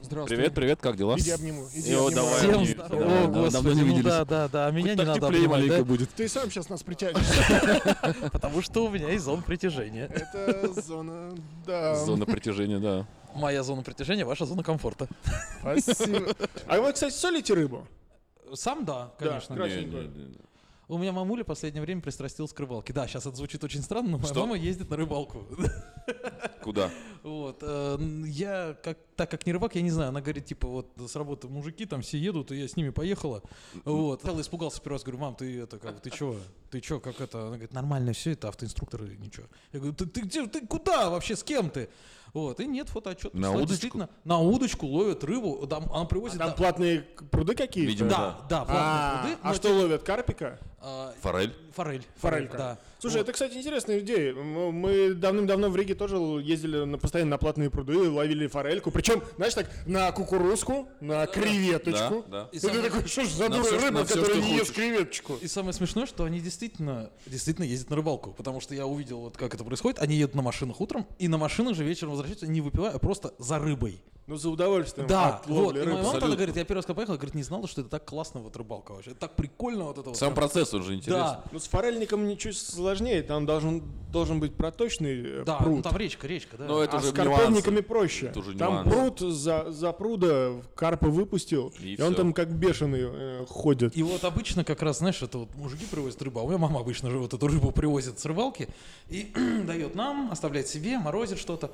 Здравствуй. Привет, привет, как дела? Иди обниму. Иди О, обниму. давай, Всем они- здоров- да, О, да, господи, давно не ну виделись. да, да, да, а меня Хоть не так надо теплее обнимать, маленько да? будет. Ты сам сейчас нас притянешь. Потому что у меня есть зона притяжения. Это зона... Да. Зона притяжения, да. Моя зона притяжения, ваша зона комфорта. Спасибо. А вы, кстати, солите рыбу? Сам да, конечно. Да, Не, Красивенько. не, не, не. У меня мамуля в последнее время пристрастилась к рыбалке. Да, сейчас это звучит очень странно, но моя Что? мама ездит на рыбалку. Куда? Вот. э, н- Я, как, так как не рыбак, я не знаю, она говорит, типа, вот с работы мужики там все едут, и я с ними поехала. Вот. Сначала испугался первый раз, говорю, мам, ты это, как, ты чё? Ты чё, как это? Она говорит, нормально все, это автоинструктор и ничего. Я говорю, ты, ты где, ты куда вообще, с кем ты? Вот, и нет фотоотчет. На что удочку? Действительно, на удочку ловят рыбу, там, она привозит... А Там да, платные к- пруды какие-то? Видимо, да, да, А, платные пруды, а но что ловят? Карпика? э, А, Форель? Форель. Форелька? Да. Слушай, это, кстати, интересная идея. М- Мы давным-давно в Риге тоже л- ездили на, постоянно на платные пруды, ловили форельку. Причем, знаешь, так, на кукурузку, на креветочку. Да, да. И ты такой, что ж за На дура всё, рыба, на всё, которая что не ест хочешь. креветочку? И самое смешное, что они действительно, действительно ездят на рыбалку, потому что я увидел, вот как это происходит. Они едут на машинах утром, и на машинах же вечером возвращаются, не выпивая, а просто за рыбой. Ну, за удовольствием да, от вот. ловли И рыбы. моя мама абсолютно. тогда говорит, я первый раз когда поехала, говорит, не знала, что это так классно вот рыбалка вообще. Это так прикольно вот это вот. Сам прям. процесс, он же интересен. Да, Ну, с форельником ничуть сложнее. Там должен, должен быть проточный э, да, ну пруд. там речка, речка, да. Но Ну, это а уже с карповниками нюансы. проще. Это уже там нюансы. пруд за, за пруда карпа выпустил, И и, он всё. там как бешеный э, ходит. И вот обычно как раз, знаешь, это вот мужики привозят рыбу, а у меня мама обычно же вот эту рыбу привозит с рыбалки и дает нам, оставляет себе, морозит что-то.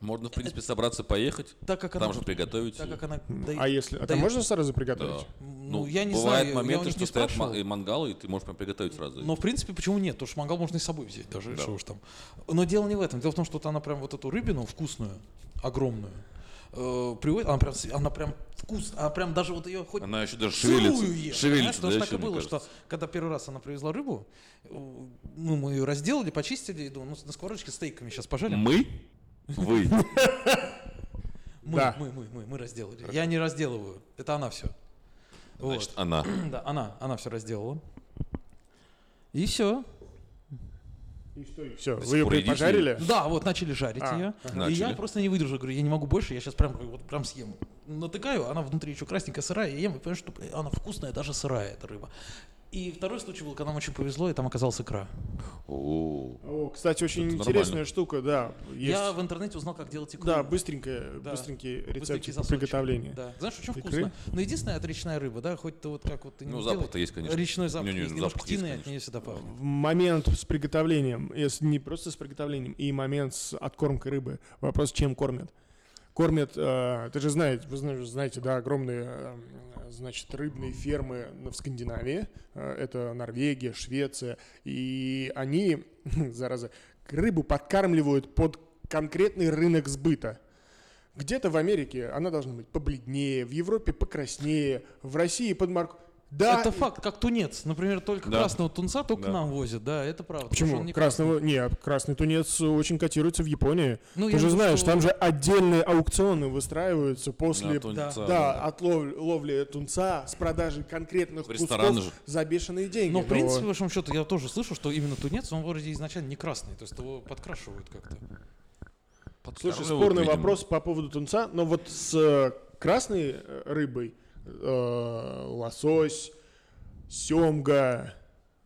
Можно, в принципе, собраться, поехать, Так как она... там же приготовить. Так как она... А если... А дает- там можно сразу Да. приготовить? Ну, я не бывают знаю, я у моменты, них что не стоят ма- спрашивал. Ну, и мангалы, и ты можешь прям приготовить сразу. Но в принципе, почему нет? Потому что мангал можно и с собой взять даже, что уж там. Но дело не в этом. Дело в том, что вот она прям вот эту рыбину вкусную, огромную, э, приводит, она прям, с- она прям вкус, она прям даже вот ее хоть Она еще даже сырую шевелится. ешь, Шевелится, понимаешь? Потому что так да, и еще, мне было, кажется. что когда первый раз она привезла рыбу, э, ну, мы ее разделали, почистили, и думаю, ну, на сковородочке стейками сейчас пожарим. Мы? Вы. Мы, Да. мы, мы, мы, мы разделали. Я не разделываю, это она все. Значит, она. Да, она, она все разделала. И все. И что, и все. есть Вы ее курить пожарили? Да, вот начали жарить А, ее. ага. И я Начали. просто не выдержал, говорю, я не могу больше, я сейчас прям, вот, прям съем. Натыкаю, она внутри еще красненькая, сырая, я ем, и понимаю, что бля, она вкусная, даже сырая эта рыба. И второй случай был, когда нам очень повезло, и там оказалась икра. О, О, кстати, очень Это интересная нормально. штука, да. Есть. Я в интернете узнал, как делать икру. Да, быстренькое, Да. быстренький Быстренький рецепт засольчик. приготовления. Да. Знаешь, очень Икры? вкусно. Но единственное, это речная рыба, да, хоть ты вот как вот ты не Ну, делай. запах-то есть, конечно. Речной запах Не-не, есть, немножко запах есть, птиной от конечно. нее всегда пахнет. В момент с приготовлением, если не просто с приготовлением, и момент с откормкой рыбы. Вопрос, чем кормят? Кормят, э, ты же знаете, вы зна- знаете, да, огромные, э, значит, рыбные фермы на- в Скандинавии. Э, это Норвегия, Швеция. И они, зараза, к- рыбу подкармливают под конкретный рынок сбыта. Где-то в Америке она должна быть побледнее, в Европе покраснее, в России под марку... Да, это и- факт, как тунец. Например, только Да. красного тунца только Да. нам возят, да, это правда. потому что Почему? он не Красного? Нет, красный тунец э, очень котируется в Японии. Ну, Ты я же думаю, знаешь, что- там же отдельные аукционы выстраиваются после на тунца. да, от лов- ловли тунца с продажи конкретных В рестораны кусков за бешеные деньги. Ну Но, Ну, в принципе, по Но- большому счету, я тоже слышу, что именно тунец, он вроде изначально не красный, то есть его подкрашивают как-то. Слушай, Подкармливают, спорный видимо. вопрос по поводу тунца, но вот с э, красной э, рыбой э, лосось, семга,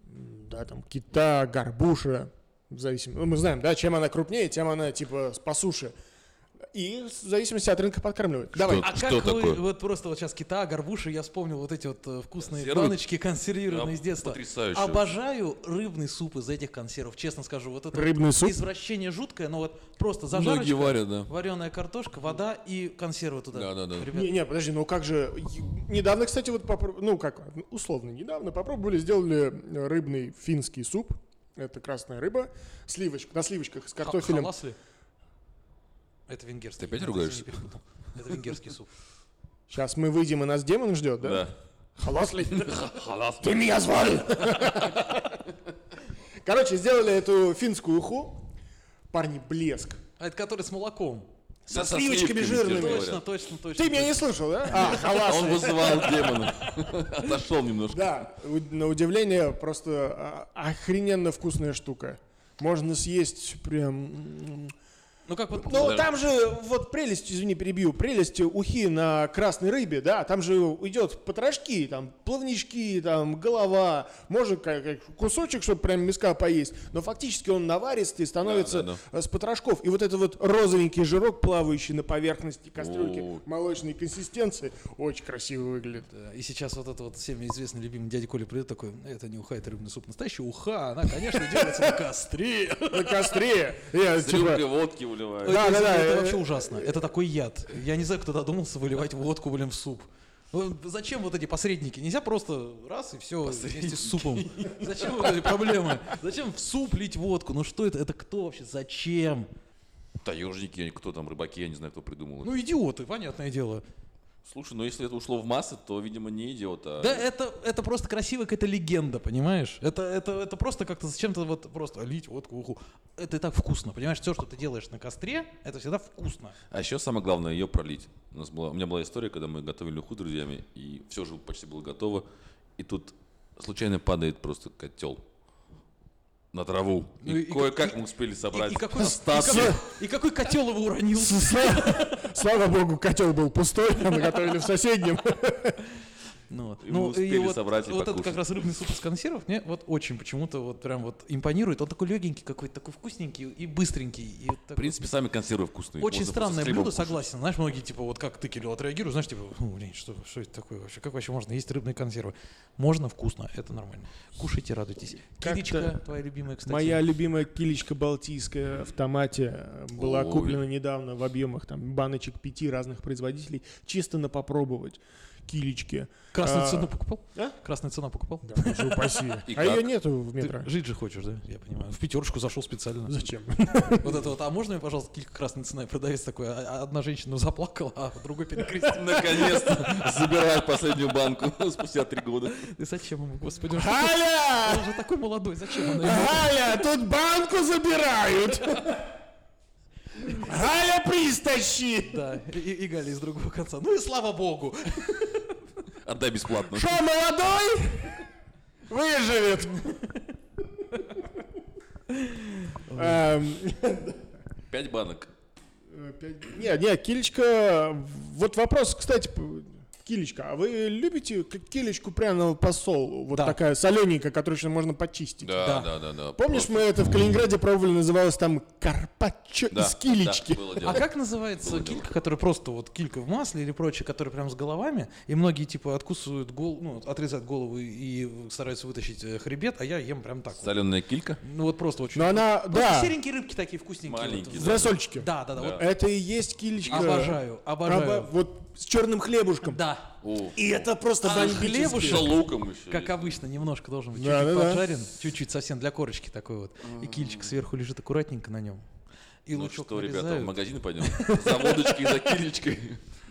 м, да, там, кита, горбуша, в зависимости... ну, Мы знаем, да, чем она крупнее, тем она, типа, с- по суше. И в зависимости от рынка подкармливают. Давай. Ну, Что- А что как такое? вы, вот просто вот сейчас кита, горбуши, я вспомнил вот эти вот э, вкусные Консервы? баночки консервированные Да, с детства. А потрясающе. Обожаю рыбный суп из этих консервов, честно скажу. Вот это вот Рыбный суп? извращение жуткое, но вот просто Многие зажарочка, варят, да. вареная картошка, вода и консервы туда. Да-да-да. Ребят, Не, не, подожди, ну как же... е- Недавно, кстати, вот попробовали... Ну как, условно, недавно попробовали, сделали э, рыбный финский суп. Это красная рыба. Сливочка, на сливочках с ха- картофелем. халас ли? Это венгерский. Ты опять Я ругаешься? не перепутал. Это венгерский суп. Сейчас мы выйдем, и нас демон ждет, да? Да. Халас ли? Халас. Ты меня звал! Короче, сделали эту финскую уху. Парни, блеск. А это который с молоком. Да, Со сливочками жирными. Точно, естественно, говорят. точно, точно. Ты меня не слышал, да? А, А халас. Он вызывал демона. Отошел немножко. Да, у- на удивление, просто а, охрененно вкусная штука. Можно съесть прям... м, Ну как вот... Ну, Да. там же, вот прелесть, извини, перебью, прелесть ухи на красной рыбе, да, там же идет потрошки, там, плавнички, там, голова, может, как- как кусочек, чтобы прям миска поесть, но фактически он наваристый, становится Да, да, э, с потрошков. И вот этот вот розовенький жирок, плавающий на поверхности кастрюльки О. молочной консистенции, очень красиво выглядит. Да, И сейчас вот этот вот всеми известный любимый дядя Коля придет такой, это не уха, это рыбный суп. Настоящая уха, она, конечно, делается на костре. На костре. Я, С типа, рюмкой водки уливают. Да, это, да, да, это э, вообще ужасно. Это такой яд. Я не знаю, кто додумался выливать водку, блин, в суп. Ну, Зачем вот эти посредники? Нельзя просто раз и все вместе с супом. Зачем вот эти проблемы? Зачем в суп лить водку? Ну что это? Это кто вообще? Зачем? Таежники, кто там, рыбаки, я не знаю, кто придумал. это. Ну идиоты, понятное дело. Слушай, ну если это ушло в массы, то, видимо, не идиот, а... Да, это, это просто красивая какая-то легенда, понимаешь? Это, это, это просто как-то зачем-то вот просто лить водку в уху. Это и так вкусно, понимаешь? Все, что ты делаешь на костре, это всегда вкусно. А еще самое главное ее пролить. У, нас была, у меня была история, когда мы готовили уху с друзьями, и все же почти было готово. И тут случайно падает просто котел на траву. Ну и, и- кое-как и- мы успели И, собрать. и какой, и Стас, какой- и какой котел его уронил? Слава богу, котел был пустой, а мы готовили в соседнем. Ну, И мы успели вот, собрать и вот этот покушать. как раз рыбный суп из консервов мне вот очень почему-то вот прям вот импонирует. Он такой легенький какой-то, такой вкусненький и быстренький. И вот в такой- принципе, сами консервы вкусные. Очень Можно просто странное с хлебом блюдо, кушать. согласен. Знаешь, многие типа вот как ты, Кирилл, отреагируешь, знаешь, типа, «Ну, блин, что, что это такое вообще? Как вообще можно есть рыбные консервы? Можно вкусно, это нормально. Кушайте, радуйтесь. Как-то Киричка, твоя любимая, кстати. Моя любимая килечка балтийская в томате э, была Ой. куплена недавно в объемах там баночек пяти разных производителей, чисто на попробовать килечки. Красную а, цену покупал? а? Красную цену покупал? Да, боже упаси. И А ее как? нету в Ты метро. жить же хочешь, да? Я понимаю. В пятерочку зашел специально. Зачем? Вот это вот, а можно мне, пожалуйста, килька красной цена? И продавец такой, а- а одна женщина заплакала, а другой перекрестил. Наконец-то забирают последнюю банку спустя три года. И зачем ему, господи, он, же такой- Галя! он же такой молодой, зачем он? ему? Галя, тут банку забирают! Галя, пристащи! Да, и, и Галя из другого конца. Ну и слава богу. Отдай бесплатно. Шо, молодой? Выживет! Эм, Пять банок. Э, пять- Не, не, килечка. Вот вопрос, кстати, п- килечка. А вы любите к- килечку пряного посол? Вот Да. такая солененькая, которую еще можно почистить. Да, Да. да, да, да. Помнишь, мы это в Калининграде пробовали, называлось там карпаччо Да, из килечки. да, было А дело. как называется Было дело. килька, которая просто вот килька в масле или прочее, которая прям с головами, и многие типа откусывают голову, ну, отрезают голову и стараются вытащить э, хребет, а я ем прям так. вот. Соленая килька? Ну вот просто очень. Но она, Просто да, серенькие рыбки такие вкусненькие. Маленькие, в вот. рассольчике. Да, да, да. вот. Это и есть килечка. Обожаю, обожаю. Обо- Вот с черным хлебушком. Да. О, И это просто А бомбически. с хлебушек? шалуком еще. Как обычно, немножко должен быть Да, чуть-чуть да, да. поджарен, чуть-чуть совсем для корочки такой вот. И кильчик сверху лежит аккуратненько на нем. И Ну лучок что, ребята, в нарезают. магазин пойдем? За водочкой и за килечкой.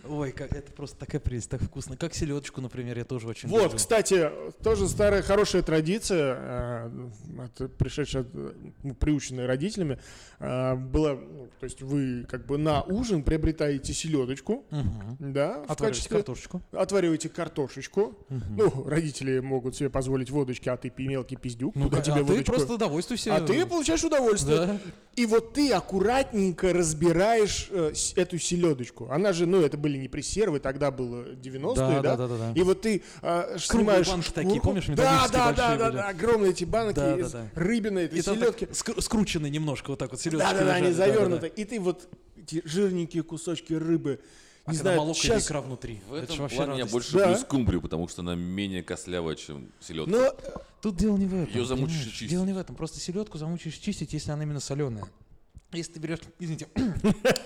Ой, как это просто такая прелесть, так вкусно. Как селедочку, например, я тоже очень Вот, люблю. кстати, тоже старая хорошая традиция, э, от- пришедшая, от, ну, приученная родителями, э, была, ну, то есть вы как бы на ужин приобретаете селедочку, Мгм. да, в Отвариваете качестве картошечку. отвариваете картошечку. Ну, родители могут себе позволить водочки, а ты пи- мелкий пиздюк, Ну, куда а тебе ты водочку? просто довольствуйся. А ты получаешь удовольствие. Да. И вот ты аккуратненько разбираешь э, с- эту селедочку. Она же, ну, это были не прессервы, тогда было 90-е, Да, да? да, да, да, да. И вот ты э, ш- Круглые снимаешь... банки такие, курку. помнишь, Да, металлические да, да, большие да, были? да, огромные эти банки Да, да, из да. рыбины, этой И там так селедки. ск- скрученный немножко вот так вот селедочка. Да, да, да, они лежат, завернуты. И ты вот эти жирненькие кусочки рыбы, А не когда знаю, молоко или сейчас... икра внутри. В это этом ж вообще плане я радость. больше Да. люблю скумбрию, потому что она менее кослявая, чем селедка. Ну, Но Тут дело не в этом. Её замучишь и понимаешь? чистить. Дело не в этом. Просто селедку замучишь чистить, если она именно соленая. Если ты берешь, извините,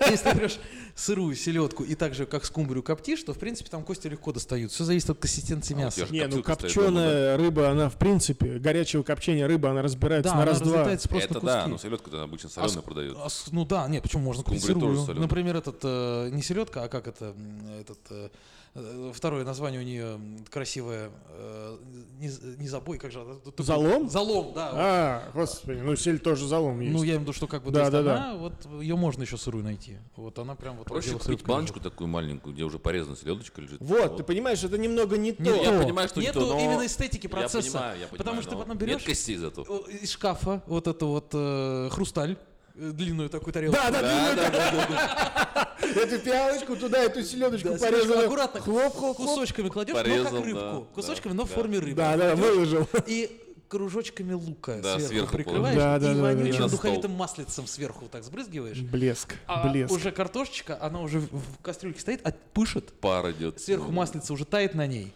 если ты берешь сырую селедку и так же, как скумбрию коптишь, то, в принципе, там кости легко достают. Все зависит от консистенции А у мяса. тебя же не, ну коптилка стоит дома, да? копченая рыба, она в принципе, горячего копчения рыба, она разбирается Да, на она раз-два. разлетается просто Это на да, ну, куски. но селедка-то обычно соленая продается. А с- ну да, нет, почему можно купить Скумбрия тоже сырую. соленая. Например, этот э, не селедка, а как это м, этот э, э, второе название у нее красивое э, не, з- не забой, как же она тут- тут- Залом? Залом, да. вот. А, господи, ну сель тоже залом есть. Ну я имею в виду, что как бы Да, да, да, она, вот ее можно еще сырую найти. Вот она прям вот в Проще отделах купить сырки лежит. баночку такую маленькую, где уже порезана селедочка лежит. вот, ты понимаешь, это немного не Не то. Я понимаю, что не Нету то, но- именно эстетики Я процесса. понимаю, я понимаю, потому что но потом Нет берешь костей зато. о, из шкафа вот это вот э, хрусталь. э, длинную такую тарелку. Да, да, Да, да, да, да, да. Эту пиалочку туда, эту селедочку Да, порезали. Сережка, аккуратно Хлоп, хлоп, хлоп. кусочками кладешь, но Порезал, как рыбку. да, Кусочками, да, но в да. форме рыбы. Да, да, Кладёшь выложил. И кружочками лука Да, сверху, сверху прикрываешь положил. Да, да, и да, да, вонючим да. духовитым Стол. маслицем сверху так сбрызгиваешь. Блеск, А блеск. уже картошечка, она уже в- в кастрюльке стоит, а пышет. Пар идет. Сверху маслица уже тает на ней.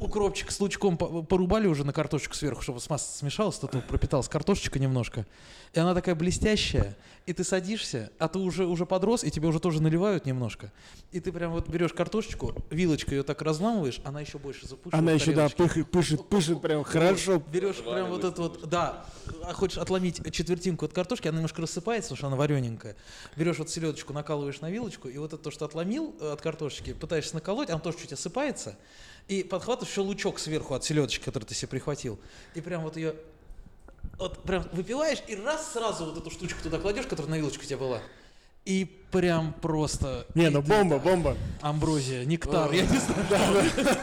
Укропчик с лучком по- порубали уже на картошечку сверху, чтобы с маслом смешалось, то тут пропиталась картошечка немножко. И она такая блестящая, и ты садишься, а ты уже, уже подрос, и тебе уже тоже наливают немножко. И ты прям вот берешь картошечку, вилочкой ее так разламываешь, она еще больше запушила. Она в еще, да, тарелочке. пых- пышет, пышет прям хорошо. Берешь прям вот это вот, да, а хочешь отломить четвертинку от картошки, она немножко рассыпается, потому что она варененькая. Берешь вот селедочку, накалываешь на вилочку, и вот это то, что отломил э, от картошечки, пытаешься наколоть, оно тоже чуть осыпается, и подхватываешь еще лучок сверху от селедочки, который ты себе прихватил, и прям вот ее вот прям выпиваешь, и раз сразу вот эту штучку туда кладешь, которая на вилочку у тебя была. И прям просто... Не, и ну ты- бомба, бомба. Амброзия, нектар, я не знаю.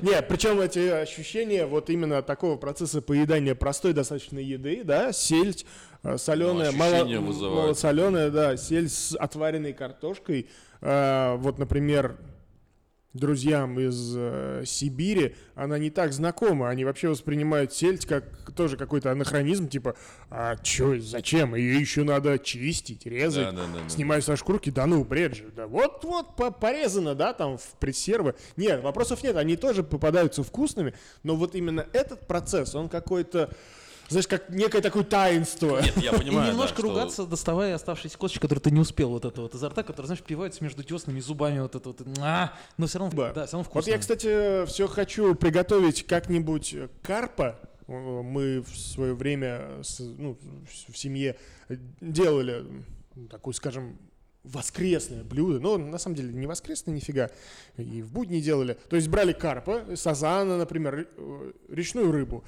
Не, причем эти ощущения вот именно такого процесса поедания простой достаточно еды, да, сельдь э, соленая, Ну, мало, ощущения вызывают. соленая, да, сельдь с отваренной картошкой. Э, вот, например, друзьям из э, Сибири она не так знакома. Они вообще воспринимают сельдь как тоже какой-то анахронизм, типа, а чё, зачем? Ее еще надо чистить, резать. Да, да, да, да. Снимаю со шкурки, да ну, бред же. Да вот-вот по- порезано, да, там в предсервы. Нет, вопросов нет, они тоже попадаются вкусными, но вот именно этот процесс, он какой-то, знаешь, как некое такое таинство. Нет, я И понимаю, да, немножко что- ругаться, доставая оставшиеся косточки, которые ты не успел вот это вот изо рта, которые, знаешь, впиваются между теснами зубами вот это вот. А, но все равно, Ба. да, все равно Вот вкусно. я, кстати, все хочу приготовить как-нибудь э, карпа. Э, Мы в свое время с- ну, в семье делали м, такую, скажем, воскресное блюдо. Но на самом деле не воскресное нифига. И в будни делали. То есть брали карпа, сазана, например, ры- э, речную рыбу.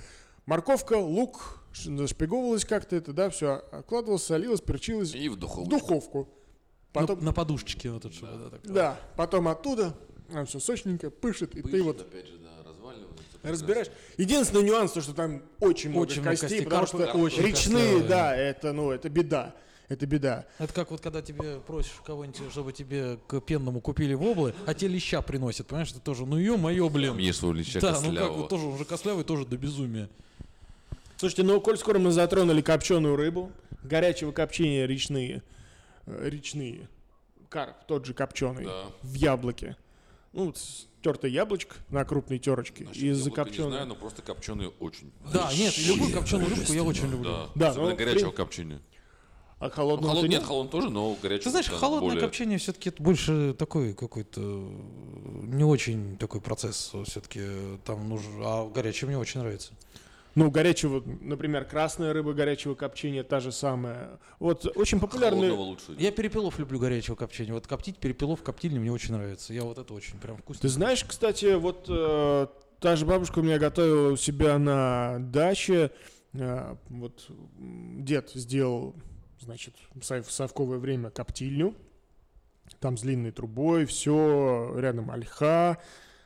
Морковка, лук, ш- зашпиговывалось как-то это, да, все. Откладывалось, солилось, перчилось. И в В духовку. духовку. На- Потом на, подушечке вот это что-то так. да, потом оттуда, все сочненько, пышет, и ты вот опять же, да, разваливается. разбираешь. Единственный нюанс, то, что там очень много Очень много костей, костей, потому карпы что очень речные, костлявые. да, это, ну, это беда. Это беда. Это как вот когда тебе просишь у кого-нибудь, чтобы тебе к пенному купили воблы, а тебе леща приносят, понимаешь, ты тоже, ну ее мое, блин. Мне свой лича да, ну как вот тоже уже кослявый, тоже до безумия. Слушайте, ну, коль скоро мы затронули копченую рыбу, горячего копчения речные, э, речные, карп тот же копченый, Да. в яблоке. Ну, вот с- тертое яблочко на крупной терочке Насчет и яблока закопченное. Не знаю, но просто копченые очень. Да, нет, любую копченую рыбку я очень люблю. Да, Да, особенно ну, горячего при- копчения. А Ну, холодного холод- ты не- нет, холодного тоже, но горячего. Ты знаешь, да, холодное более. копчение все-таки больше такой какой-то э, не очень такой процесс все-таки там нужен, а горячее мне очень нравится. Ну, горячего, например, красная рыба горячего копчения, та же самая. Вот очень популярные... Холодного лучше. Я перепелов люблю горячего копчения. Вот коптить перепелов в коптильне мне очень нравится. Я вот это очень прям вкусно. Ты знаешь, кстати, вот э, та же бабушка у меня готовила у себя на даче. э, вот м, дед сделал, значит, в сов- в совковое время коптильню. Там с длинной трубой, все, рядом ольха,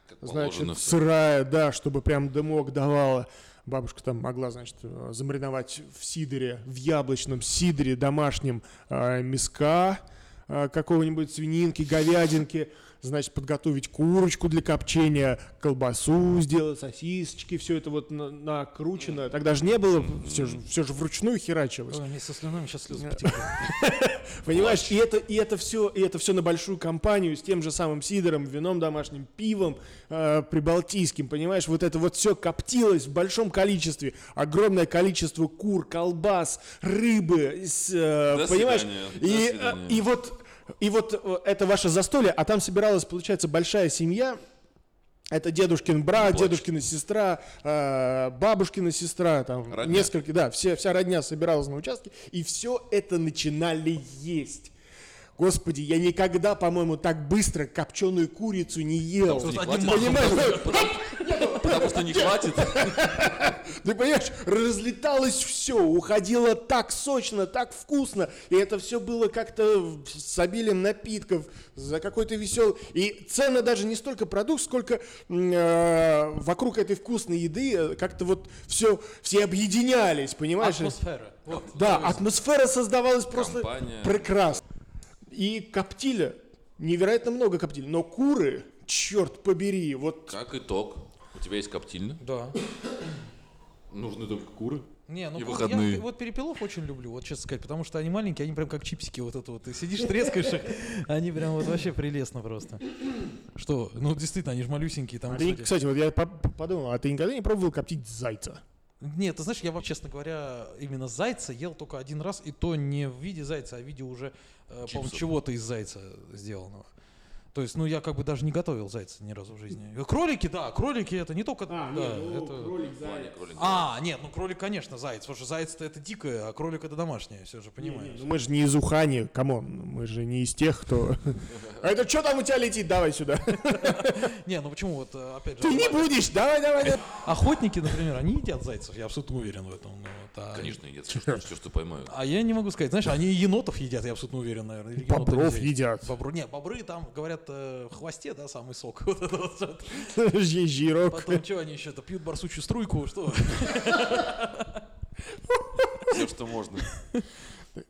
как положено значит, всё. сырая, да, чтобы прям дымок давала. Бабушка там могла, значит, э, замариновать в сидоре, в яблочном сидоре домашнем э, мяска э, какого-нибудь свининки, говядинки, значит, подготовить курочку для копчения, колбасу сделать, сосисочки, все это вот на- накручено. Тогда же не было, все же, все же вручную херачилось. Ой, мне со слюнами сейчас слезы Да. потекли. Понимаешь, и это, и это все, и это все на большую компанию с тем же самым сидором, вином домашним, пивом э, прибалтийским, понимаешь, вот это вот все коптилось в большом количестве, огромное количество кур, колбас, рыбы, с, э, До понимаешь, свидания, до и, э, свидания. и вот и вот э, это ваше застолье, а там собиралась, получается, большая семья. Это дедушкин брат, Батюшки. дедушкина сестра, э, бабушкина сестра, там Родня. несколько несколько- да, все, вся родня собиралась на участке, и все это начинали есть. Господи, я никогда, по-моему, так быстро копченую курицу не ел. Потому что Ты не хватит. Понимаешь? ну, оп, не было. потому что не хватит. Ты понимаешь, разлеталось все, уходило так сочно, так вкусно, и это все было как-то в- с обилием напитков, за какой-то веселый. И цена даже не столько продукт, сколько м, э, вокруг этой вкусной еды э, как-то вот все, все объединялись, понимаешь? Атмосфера. Вот. Да, атмосфера создавалась просто Компания. прекрасно. И коптили, невероятно много коптили, но куры, черт побери, вот Как итог, у тебя есть коптильня, Да. нужны только куры. Не, ну И вот выходные. я вот перепелов очень люблю, вот честно сказать, потому что они маленькие, они прям как чипсики вот это вот. Ты сидишь, трескаешь их, они прям вот вообще прелестно просто. Что? Ну действительно, они же малюсенькие там. Ты не- господи. кстати, вот я по- подумал, а ты никогда не пробовал коптить зайца? Нет, ты знаешь, я, вообще, честно говоря, именно зайца ел только один раз, и то не в виде зайца, а в виде уже, э, по-моему, Чипсов. чего-то из зайца сделанного. То есть, ну, я как бы даже не готовил зайца ни разу в жизни. Э, Кролики, да, кролики это не только... да, А, ну, это- Ваня, кролик. А, нет, ну кролик, конечно, заяц, потому что заяц-то это дикое, а кролик это домашнее, все же понимаешь. Ну, мы же не из Ухани, камон, мы же не из тех, кто... А это что там у тебя летит? Давай сюда. Не, ну почему вот, э, опять же, Ты не будешь, давай, давай. давай. охотники, например, они едят зайцев, я абсолютно уверен в этом. ну, вот, а- Конечно, едят все, что, всё, что поймают. А я не могу сказать, знаешь, они и енотов едят, я абсолютно уверен, наверное. или енота Бобров нельзя есть. едят. Бобру, не, бобры там, говорят, э, в хвосте, да, самый сок. Вот это вот что-то. Ж- Жирок. Потом, что они еще-то, пьют барсучью струйку, что? Все, что можно.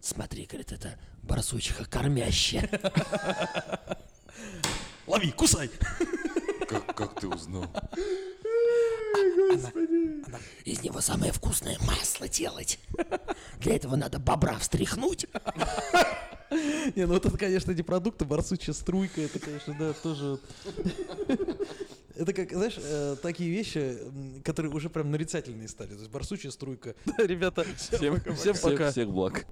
Смотри, говорит, это барсучиха кормящая. Лови, кусай! Как, как ты узнал? Из него самое вкусное масло делать. Для этого надо бобра встряхнуть. Не, ну вот это, конечно, не продукты, барсучья струйка, это, конечно, да, тоже... Это как, знаешь, э, такие вещи, м, которые уже прям нарицательные стали. То есть барсучья струйка. Да, ребята, Всем, всем Всех- пока. Всех благ.